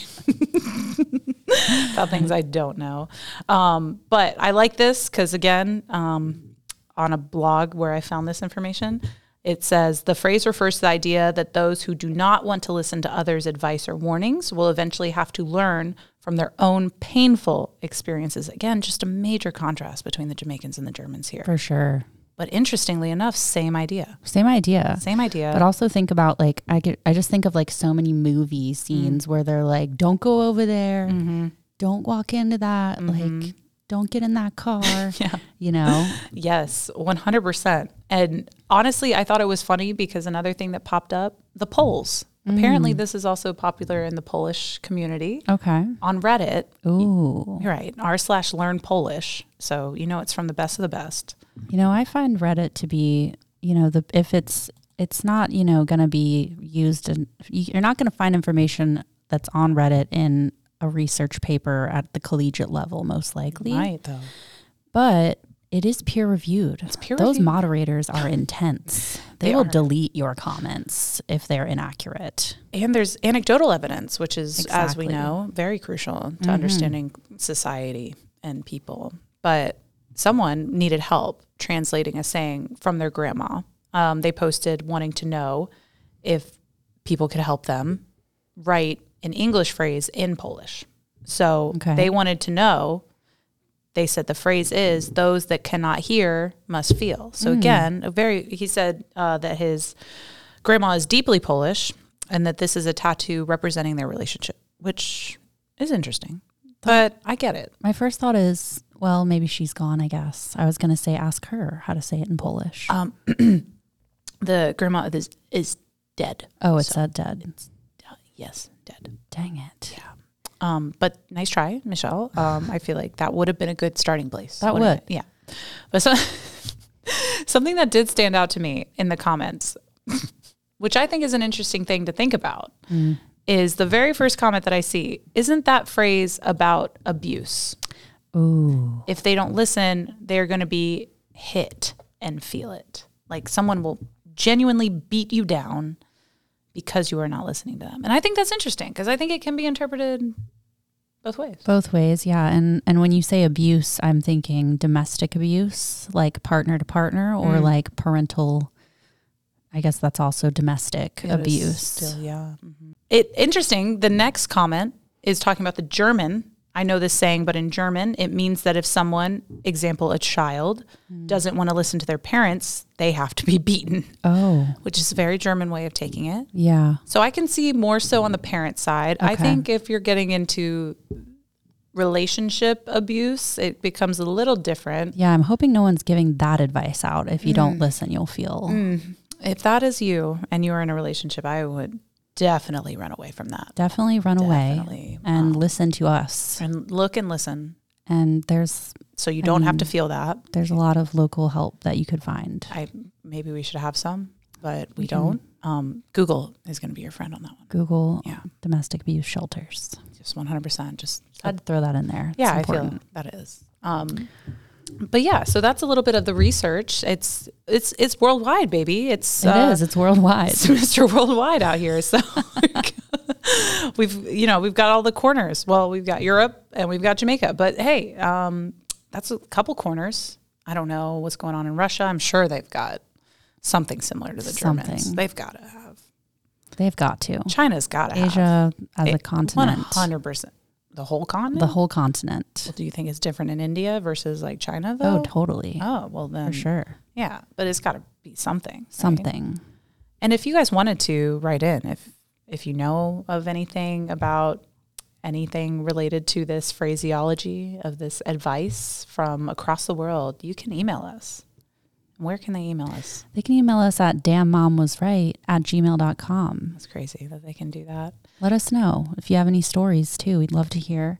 [SPEAKER 1] about things I don't know. Um, but I like this because, again, um, on a blog where I found this information, it says the phrase refers to the idea that those who do not want to listen to others' advice or warnings will eventually have to learn from their own painful experiences. Again, just a major contrast between the Jamaicans and the Germans here.
[SPEAKER 2] For sure.
[SPEAKER 1] But interestingly enough, same idea.
[SPEAKER 2] Same idea.
[SPEAKER 1] Same idea.
[SPEAKER 2] But also think about like I get I just think of like so many movie scenes where they're like, Don't go over there, don't walk into that, like don't get in that car. Mm-hmm. yeah. You know?
[SPEAKER 1] Yes, 100%. And honestly, I thought it was funny because another thing that popped up the polls. Apparently, this is also popular in the Polish community.
[SPEAKER 2] Okay.
[SPEAKER 1] On Reddit,
[SPEAKER 2] Ooh.
[SPEAKER 1] you're right, r slash learn Polish. So you know it's from the best of the best.
[SPEAKER 2] You know, I find Reddit to be, you know, the if it's it's not, you know, going to be used in you- you're not going to find information that's on Reddit in a research paper at the collegiate level most likely.
[SPEAKER 1] Right, though.
[SPEAKER 2] But it is peer reviewed.
[SPEAKER 1] peer
[SPEAKER 2] Those
[SPEAKER 1] reviewed.
[SPEAKER 2] moderators are intense. They,
[SPEAKER 1] They
[SPEAKER 2] will
[SPEAKER 1] are.
[SPEAKER 2] delete your comments if they're inaccurate.
[SPEAKER 1] And there's anecdotal evidence, which is, as we
[SPEAKER 2] Exactly.
[SPEAKER 1] know, very crucial to understanding society and people. But someone needed help translating a saying from their grandma. Um, they posted wanting to know if people could help them write an English phrase in Polish. So
[SPEAKER 2] Okay.
[SPEAKER 1] they wanted to know. They said the phrase is "those that cannot hear must feel." So again, a very he said uh, that his grandma is deeply Polish and that this is a tattoo representing their relationship, which is interesting. But I get it.
[SPEAKER 2] My first thought is, well, maybe she's gone, I guess. I was going to say ask her how to say it in Polish.
[SPEAKER 1] Uh, The grandma is, is dead.
[SPEAKER 2] oh, it said dead.
[SPEAKER 1] Yes, dead.
[SPEAKER 2] Dang it.
[SPEAKER 1] Um, but nice try, Michelle. Um, I feel like that would have been a good starting place.
[SPEAKER 2] That
[SPEAKER 1] wouldn't
[SPEAKER 2] would.
[SPEAKER 1] it? yeah. But so, something that did stand out to me in the comments, which I think is an interesting thing to think about,
[SPEAKER 2] Mm.
[SPEAKER 1] is the very first comment that I see. Isn't that phrase about abuse?
[SPEAKER 2] Ooh.
[SPEAKER 1] if they don't listen, they're going to be hit and feel it. Like someone will genuinely beat you down because you are not listening to them. And I think that's interesting because I think it can be interpreted both ways.
[SPEAKER 2] Both ways, yeah. And and when you say abuse, I'm thinking domestic abuse, like partner to partner or
[SPEAKER 1] Mm.
[SPEAKER 2] like parental I guess that's also domestic abuse.
[SPEAKER 1] Still, yeah. Mm-hmm. It interesting. The next comment is talking about the German. I know this saying, but in German, it means that if someone, example, a child, doesn't want to listen to their parents, they have to be beaten,
[SPEAKER 2] oh.
[SPEAKER 1] which is a very German way of taking it.
[SPEAKER 2] Yeah.
[SPEAKER 1] So I can see more so on the parent side. I
[SPEAKER 2] Okay.
[SPEAKER 1] think if you're getting into relationship abuse, it becomes a little different.
[SPEAKER 2] Yeah, I'm hoping no one's giving that advice out. If you
[SPEAKER 1] Mm.
[SPEAKER 2] don't listen, you'll feel
[SPEAKER 1] If that is you and you are in a relationship, I would definitely run away from that.
[SPEAKER 2] definitely run away
[SPEAKER 1] Definitely.
[SPEAKER 2] and listen to us.
[SPEAKER 1] And look and listen
[SPEAKER 2] And there's
[SPEAKER 1] so you don't have to feel that.
[SPEAKER 2] there's a lot of local help that you could find.
[SPEAKER 1] I maybe we should have some, but we don't. Um, Google is going to be your friend on that one.
[SPEAKER 2] Google
[SPEAKER 1] Yeah.
[SPEAKER 2] domestic abuse shelters.
[SPEAKER 1] Just 100%. Just
[SPEAKER 2] I'd throw that in there. It's
[SPEAKER 1] yeah, I
[SPEAKER 2] important.
[SPEAKER 1] feel that is. Um, but yeah, so that's a little bit of the research. It's it's it's worldwide, baby. It's uh,
[SPEAKER 2] It is. It's worldwide.
[SPEAKER 1] It's Mr. Worldwide out here. So we've you know we've got all the corners. Well, we've got Europe and we've got Jamaica. But hey, um, that's a couple corners. I don't know what's going on in Russia. I'm sure they've got something similar to the Germans.
[SPEAKER 2] Something.
[SPEAKER 1] They've got to have.
[SPEAKER 2] They've got to.
[SPEAKER 1] China's got to have
[SPEAKER 2] Asia as a
[SPEAKER 1] One
[SPEAKER 2] continent.
[SPEAKER 1] hundred percent. the whole continent?
[SPEAKER 2] the whole continent.
[SPEAKER 1] do you think it's different in India versus like China
[SPEAKER 2] Oh,
[SPEAKER 1] though?
[SPEAKER 2] totally.
[SPEAKER 1] Oh, well then
[SPEAKER 2] For sure.
[SPEAKER 1] Yeah, but it's got to be something. right?
[SPEAKER 2] Something.
[SPEAKER 1] And if you guys wanted to write in, if if you know of anything about anything related to this phraseology of this advice from across the world, you can email us. Where can they email us?
[SPEAKER 2] They can email us at damnmomwasright at gmail.com.
[SPEAKER 1] That's crazy that they can do that.
[SPEAKER 2] Let us know if you have any stories too. We'd love to hear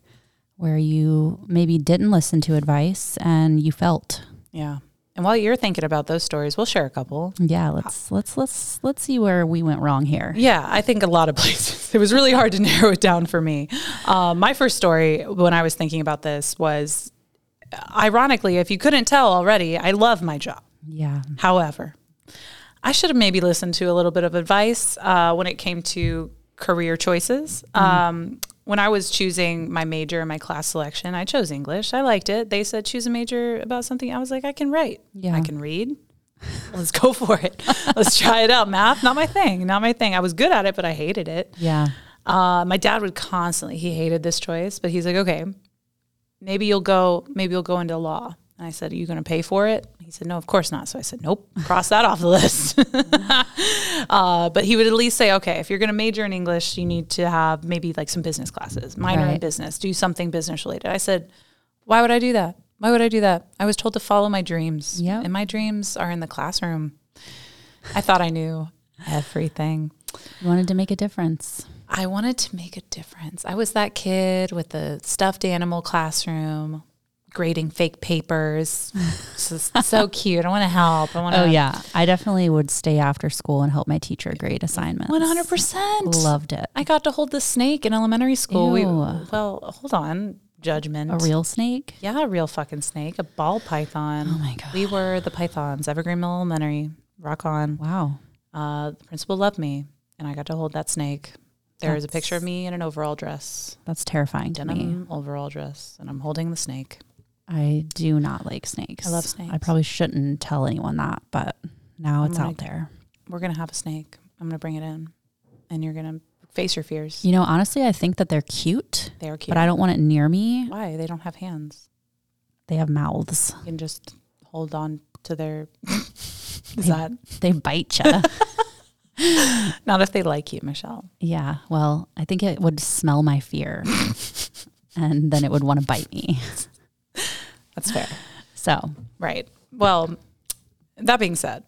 [SPEAKER 2] where you maybe didn't listen to advice and you felt.
[SPEAKER 1] Yeah. And while you're thinking about those stories, we'll share a couple.
[SPEAKER 2] Yeah, let's let's let's let's see where we went wrong here.
[SPEAKER 1] Yeah, I think a lot of places. It was really hard to narrow it down for me. Uh, my first story when I was thinking about this was ironically, if you couldn't tell already, I love my job.
[SPEAKER 2] Yeah.
[SPEAKER 1] However, I should have maybe listened to a little bit of advice uh, when it came to career choices. Um, when I was choosing my major and my class selection, I chose English. I liked it. They said choose a major about something. I was like, I can write.
[SPEAKER 2] Yeah.
[SPEAKER 1] I can read. Let's go for it. Let's try it out. Math, not my thing. Not my thing. I was good at it, but I hated it.
[SPEAKER 2] Yeah.
[SPEAKER 1] Uh, my dad would constantly he hated this choice, but he's like, okay, maybe you'll go, maybe you'll go into law. And I said, are you going to pay for it? He said, no, of course not. So I said, nope, cross that off the list. uh, but he would at least say, okay, if you're going to major in English, you need to have maybe like some business classes, minor in
[SPEAKER 2] Right.
[SPEAKER 1] business, do something business related. I said, why would I do that? Why would I do that? I was told to follow my dreams.
[SPEAKER 2] Yep.
[SPEAKER 1] And my dreams are in the classroom. I thought I knew everything.
[SPEAKER 2] You wanted to make a difference.
[SPEAKER 1] I wanted to make a difference. I was that kid with the stuffed animal classroom, grading fake papers. This is so cute. I want to help. I want to.
[SPEAKER 2] Oh yeah. I definitely would stay after school and help my teacher grade assignments.
[SPEAKER 1] one hundred percent.
[SPEAKER 2] Loved it.
[SPEAKER 1] I got to hold the snake in elementary school. We,
[SPEAKER 2] Ew.
[SPEAKER 1] well, hold on, judgment.
[SPEAKER 2] A real snake?
[SPEAKER 1] yeah, a real fucking snake, a ball python.
[SPEAKER 2] Oh my god.
[SPEAKER 1] We were the pythons, Evergreen Mill Elementary. Rock on.
[SPEAKER 2] Wow.
[SPEAKER 1] Uh, the principal loved me, and I got to hold that snake. There is a picture of
[SPEAKER 2] That's-
[SPEAKER 1] me in an overall dress.
[SPEAKER 2] That's terrifying to me.
[SPEAKER 1] denim overall dress and I'm holding the snake.
[SPEAKER 2] I do not like snakes.
[SPEAKER 1] I love
[SPEAKER 2] I
[SPEAKER 1] snakes. Oh
[SPEAKER 2] probably shouldn't tell anyone that, but now it's
[SPEAKER 1] my
[SPEAKER 2] out there.
[SPEAKER 1] We're going to have a snake. I'm going to bring it in and you're going to face your fears.
[SPEAKER 2] You know, honestly, I think that they're cute,
[SPEAKER 1] they are cute.
[SPEAKER 2] but I don't want it near me.
[SPEAKER 1] Why? They don't have hands.
[SPEAKER 2] They have mouths.
[SPEAKER 1] You can just hold on to their. Is that
[SPEAKER 2] They bite you.
[SPEAKER 1] not if they like you, Michelle?
[SPEAKER 2] yeah. Well, I think it would smell my fear and then it would want to bite me.
[SPEAKER 1] That's fair.
[SPEAKER 2] So,
[SPEAKER 1] Right. Well, that being said,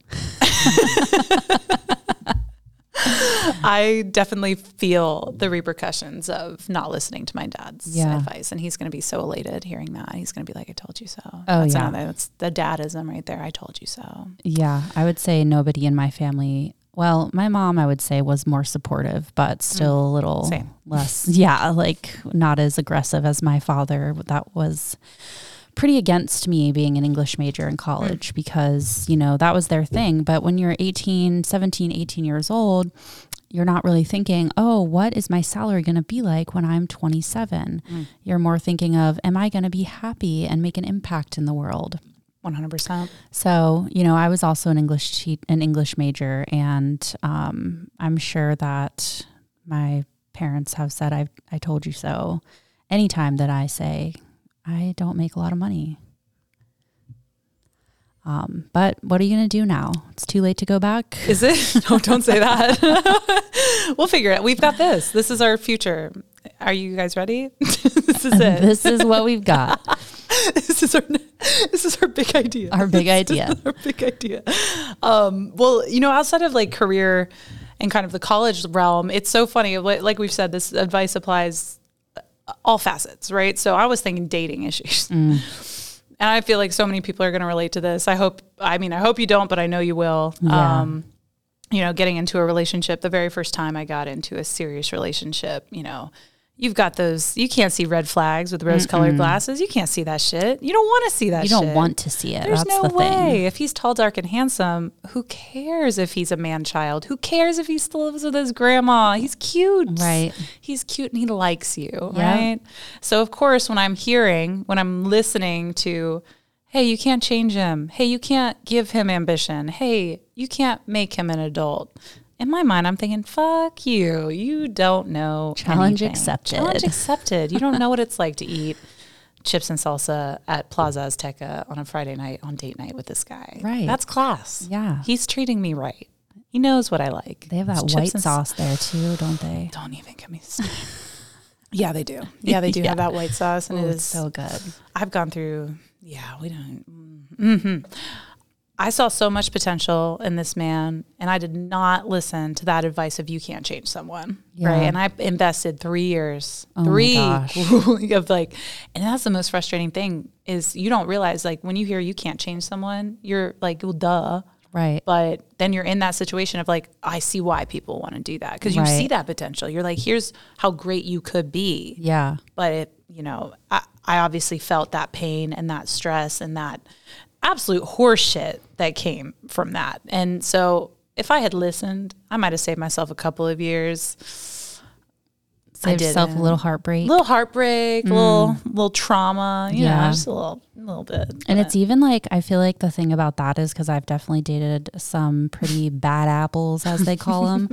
[SPEAKER 1] I definitely feel the repercussions of not listening to my dad's
[SPEAKER 2] Yeah.
[SPEAKER 1] advice, and he's going to be so elated hearing that. He's going to be like, "I told you so." Oh that's
[SPEAKER 2] yeah.
[SPEAKER 1] another, that's the dadism right there. I told you so.
[SPEAKER 2] yeah, I would say nobody in my family, well, my mom, I would say, was more supportive, but still a little
[SPEAKER 1] Same.
[SPEAKER 2] less. Yeah, like not as aggressive as my father. That was pretty against me being an English major in college because, you know, that was their thing. But when you're 18, 17, 18 years old, you're not really thinking, oh, what is my salary going to be like when I'm 27? You're more thinking of, am I going to be happy and make an impact in the world?
[SPEAKER 1] One hundred percent.
[SPEAKER 2] So, you know, I was also an English te- an English major, and um, I'm sure that my parents have said, "I I told you so." Anytime that I say I don't make a lot of money, um, but what are you going to do now? It's too late to go back.
[SPEAKER 1] Is it? No, don't say that. we'll figure it. out. We've got this. This is our future. Are you guys ready? this is it.
[SPEAKER 2] this is what we've got.
[SPEAKER 1] this is our. This is our big idea.
[SPEAKER 2] Our big idea.
[SPEAKER 1] our big idea. Um, well, you know, outside of like career and kind of the college realm, it's so funny. Li- Like we've said, this advice applies uh, all facets, right? So I was thinking dating issues.
[SPEAKER 2] Mm.
[SPEAKER 1] And I feel like so many people are going to relate to this. I hope, I mean, I hope you don't, but I know you will.
[SPEAKER 2] Yeah.
[SPEAKER 1] Um, you know, getting into a relationship, the very first time I got into a serious relationship, you know, you've got those, you can't see red flags with rose colored glasses. You can't see that shit. You don't want to see that
[SPEAKER 2] You don't
[SPEAKER 1] shit.
[SPEAKER 2] want to see it.
[SPEAKER 1] There's
[SPEAKER 2] That's
[SPEAKER 1] no
[SPEAKER 2] the
[SPEAKER 1] way.
[SPEAKER 2] thing.
[SPEAKER 1] If he's tall, dark, and handsome, who cares if he's a man child? Who cares if he still lives with his grandma? He's cute.
[SPEAKER 2] Right.
[SPEAKER 1] He's cute and he likes you.
[SPEAKER 2] Yeah.
[SPEAKER 1] Right. So, of course, when I'm hearing, when I'm listening to, hey, you can't change him. Hey, you can't give him ambition. Hey, you can't make him an adult. in my mind, I'm thinking, fuck you. You don't know.
[SPEAKER 2] Challenge
[SPEAKER 1] anything.
[SPEAKER 2] accepted.
[SPEAKER 1] Challenge accepted. You don't know what it's like to eat chips and salsa at Plaza Azteca on a Friday night on date night with this guy.
[SPEAKER 2] Right.
[SPEAKER 1] That's class.
[SPEAKER 2] Yeah.
[SPEAKER 1] He's treating me right. He knows what I like.
[SPEAKER 2] They have
[SPEAKER 1] It's
[SPEAKER 2] that
[SPEAKER 1] chips
[SPEAKER 2] white
[SPEAKER 1] and
[SPEAKER 2] sauce there too, don't they?
[SPEAKER 1] Don't even get me started. yeah, they do. Yeah, they do have that white sauce, and
[SPEAKER 2] Ooh,
[SPEAKER 1] it
[SPEAKER 2] Oh, it's
[SPEAKER 1] is
[SPEAKER 2] so good.
[SPEAKER 1] I've gone through, yeah, we don't. hmm I saw so much potential in this man, and I did not listen to that advice of you can't change someone,
[SPEAKER 2] Yeah.
[SPEAKER 1] right? And I invested three years,
[SPEAKER 2] Oh my
[SPEAKER 1] three
[SPEAKER 2] gosh.
[SPEAKER 1] of like, and that's the most frustrating thing is you don't realize like when you hear you can't change someone, you're like, well, duh.
[SPEAKER 2] Right.
[SPEAKER 1] But then you're in that situation of like, I see why people want to do that because you
[SPEAKER 2] Right.
[SPEAKER 1] see that potential. You're like, here's how great you could be
[SPEAKER 2] Yeah.
[SPEAKER 1] but it you know I, I obviously felt that pain and that stress and that absolute horseshit that came from that and so if i had listened i might have saved myself a couple of years
[SPEAKER 2] Save yourself a
[SPEAKER 1] didn't.
[SPEAKER 2] little heartbreak.
[SPEAKER 1] a little heartbreak a little little trauma you
[SPEAKER 2] Mm. Yeah.
[SPEAKER 1] know just a little little bit
[SPEAKER 2] And it's even like I feel like the thing about that is because I've definitely dated some pretty bad apples, as they call them,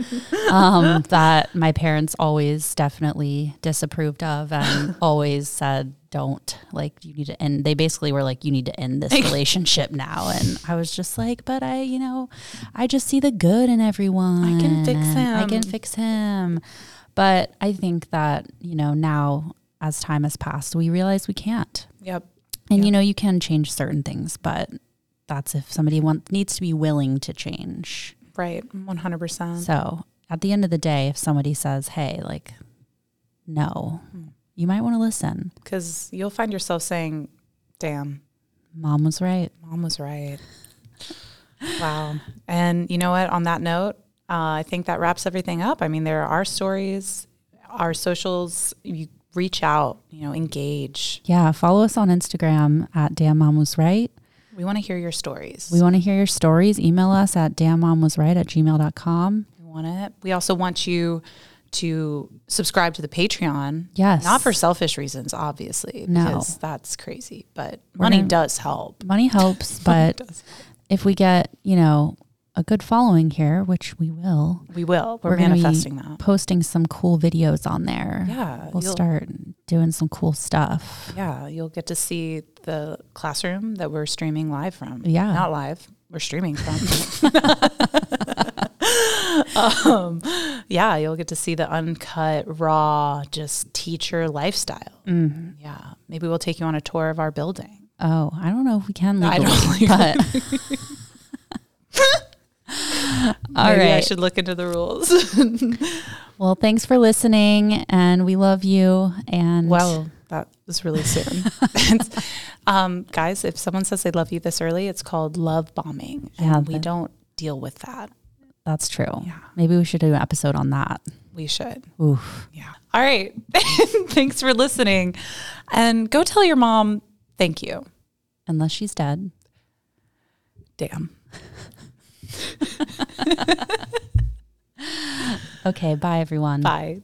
[SPEAKER 2] um, that my parents always definitely disapproved of and always said, "Don't like you need to end." They basically were like, "You need to end this relationship now," and I was just like, "But I, you know, I just see the good in everyone. I
[SPEAKER 1] can fix
[SPEAKER 2] I can
[SPEAKER 1] him."
[SPEAKER 2] fix him." But I think that you know now. As time has passed, we realize we can't.
[SPEAKER 1] yep
[SPEAKER 2] And you know, you can change certain things, but that's if somebody want, needs to be willing to change.
[SPEAKER 1] right 100%
[SPEAKER 2] So at the end of the day, if somebody says, hey, like, no, you might want to listen.
[SPEAKER 1] because you'll find yourself saying damn
[SPEAKER 2] Mom was right.
[SPEAKER 1] Mom was right. wow. And you know what? On that note, uh, I think that wraps everything up. I mean, there are our stories, our socials. You reach out, you know, engage.
[SPEAKER 2] Yeah. Follow us on Instagram at Damn Mom Was Right.
[SPEAKER 1] We want to hear your stories.
[SPEAKER 2] We want to hear your stories. Email us at dammmomwasright at gmail.com.
[SPEAKER 1] We want it. We also want you to subscribe to the Patreon.
[SPEAKER 2] Yes.
[SPEAKER 1] Not for selfish reasons, obviously,
[SPEAKER 2] No.
[SPEAKER 1] because that's crazy. But
[SPEAKER 2] We're
[SPEAKER 1] money
[SPEAKER 2] gonna-
[SPEAKER 1] does help.
[SPEAKER 2] Money helps, but
[SPEAKER 1] It does.
[SPEAKER 2] if we get, you know, a good following here, which we will,
[SPEAKER 1] we will. We're,
[SPEAKER 2] we're gonna be-
[SPEAKER 1] manifesting that.
[SPEAKER 2] posting some cool videos on there.
[SPEAKER 1] Yeah.
[SPEAKER 2] we'll
[SPEAKER 1] you'll-
[SPEAKER 2] start doing some cool stuff.
[SPEAKER 1] Yeah, you'll get to see the classroom that we're streaming live from.
[SPEAKER 2] Yeah.
[SPEAKER 1] Not live, we're streaming from. um, yeah, you'll get to see the uncut, raw, just teacher lifestyle.
[SPEAKER 2] Mm-hmm.
[SPEAKER 1] Yeah. Maybe we'll take you on a tour of our building.
[SPEAKER 2] Oh, I don't know if we can
[SPEAKER 1] I
[SPEAKER 2] legally,
[SPEAKER 1] don't
[SPEAKER 2] but all
[SPEAKER 1] Maybe I
[SPEAKER 2] right.
[SPEAKER 1] should look into the rules.
[SPEAKER 2] Well, thanks for listening, and we love you. And
[SPEAKER 1] well, that was really soon. It's- um, guys, if someone says they love you this early, it's called love bombing.
[SPEAKER 2] Yeah,
[SPEAKER 1] and we
[SPEAKER 2] that-
[SPEAKER 1] don't deal with that.
[SPEAKER 2] that's true.
[SPEAKER 1] Yeah.
[SPEAKER 2] Maybe we should do an episode on that.
[SPEAKER 1] We should.
[SPEAKER 2] Oof.
[SPEAKER 1] Yeah. All right. Thanks for listening. And go tell your mom thank you.
[SPEAKER 2] Unless she's dead.
[SPEAKER 1] Damn.
[SPEAKER 2] Okay. Bye, everyone.
[SPEAKER 1] Bye.